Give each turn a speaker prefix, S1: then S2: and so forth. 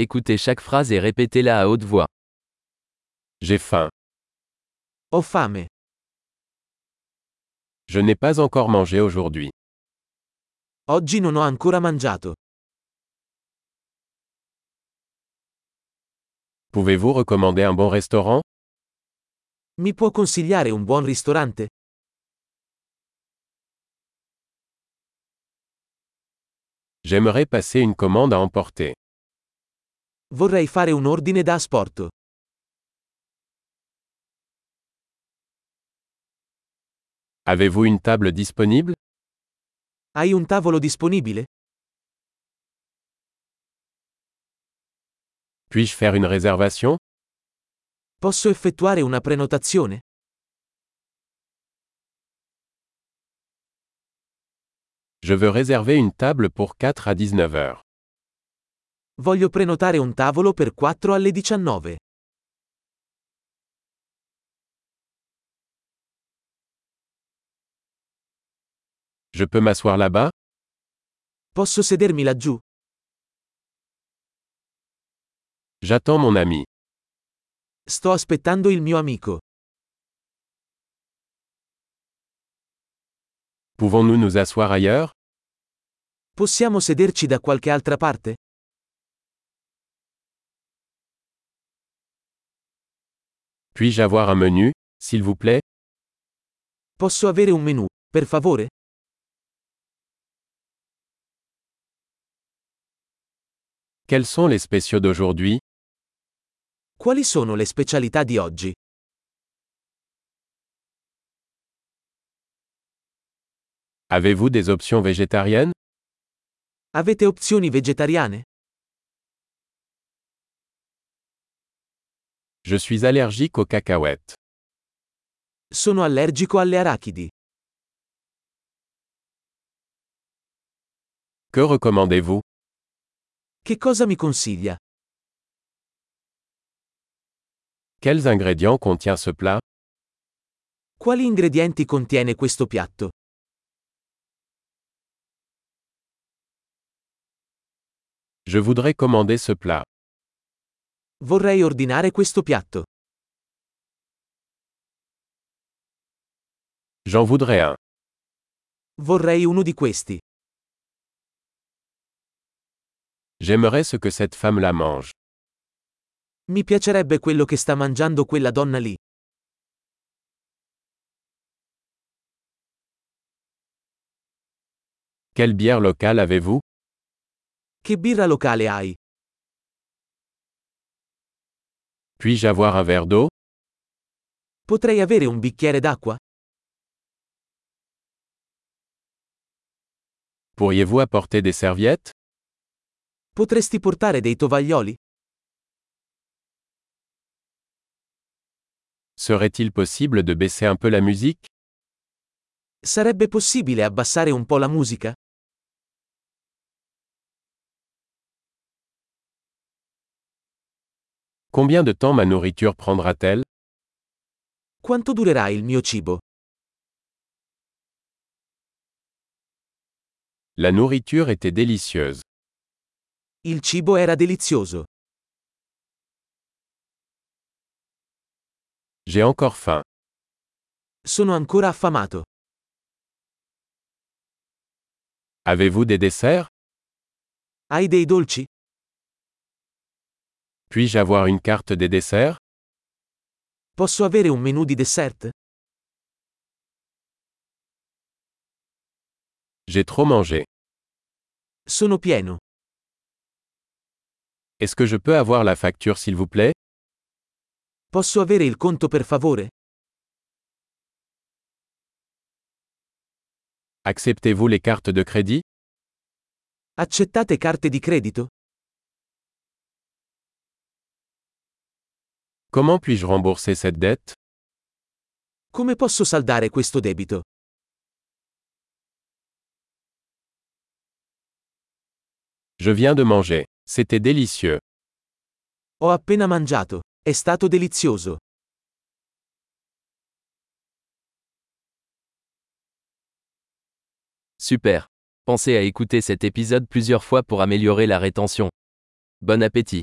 S1: Écoutez chaque phrase et répétez-la à haute voix.
S2: J'ai faim.
S3: Ho fame.
S2: Je n'ai pas encore mangé aujourd'hui.
S3: Oggi non ho ancora mangiato.
S2: Pouvez-vous recommander un bon restaurant
S3: Mi può consigliare un buon ristorante?
S2: J'aimerais passer une commande à emporter.
S3: Vorrei fare un ordine da asporto.
S2: Avez-vous une table disponible
S3: Hai un tavolo disponibile?
S2: Puis-je faire une réservation
S3: Posso effettuare una prenotazione?
S2: Je veux réserver une table pour 4 à 19 heures.
S3: Voglio prenotare un tavolo per 4 alle 19.
S2: Je peux m'asseoir là-bas
S3: Posso sedermi laggiù?
S2: J'attends mon ami.
S3: Sto aspettando il mio amico.
S2: Pouvons-nous nous asseoir ailleurs
S3: Possiamo sederci da qualche altra parte?
S2: Puis-je avoir un menu, s'il vous plaît
S3: Posso avere un menù, per favore?
S2: Quels sont les spéciaux d'aujourd'hui
S3: Quali sono le specialità di oggi?
S2: Avez-vous des options végétariennes
S3: Avete opzioni vegetariane?
S2: Je suis allergique aux cacahuètes.
S3: Sono allergico alle arachidi.
S2: Que recommandez-vous
S3: Che cosa mi consiglia?
S2: Quels ingrédients contient ce plat
S3: Quali ingredienti contiene questo piatto?
S2: Je voudrais commander ce plat.
S3: Vorrei ordinare questo piatto.
S2: J'en voudrais un.
S3: Vorrei uno di questi.
S2: J'aimerais ce que cette femme la mange.
S3: Mi piacerebbe quello che sta mangiando quella donna lì.
S2: Quelle bière locale avez-vous
S3: Che birra locale hai?
S2: Puis-je avoir un verre d'eau
S3: Potrei avere un bicchiere d'acqua?
S2: Pourriez-vous apporter des serviettes
S3: Potresti portare dei tovaglioli?
S2: Serait-il possible de baisser un peu la musique
S3: Sarebbe possibile abbassare un po' la musica?
S2: Combien de temps ma nourriture prendra-t-elle
S3: Quanto durerà il mio cibo?
S2: La nourriture était délicieuse.
S3: Il cibo era delizioso.
S2: J'ai encore faim.
S3: Sono ancora affamato.
S2: Avez-vous des desserts
S3: Hai dei dolci?
S2: Puis-je avoir une carte des desserts
S3: Posso avere un menù di dessert?
S2: J'ai trop mangé.
S3: Sono pieno.
S2: Est-ce que je peux avoir la facture s'il vous plaît
S3: Posso avere il conto per favore?
S2: Acceptez-vous les cartes de crédit
S3: Accettate carte di credito?
S2: Comment puis-je rembourser cette dette
S3: Come posso saldare questo debito?
S2: Je viens de manger. C'était délicieux.
S3: Ho appena mangiato. È stato delizioso.
S1: Super. Pensez à écouter cet épisode plusieurs fois pour améliorer la rétention. Bon appétit.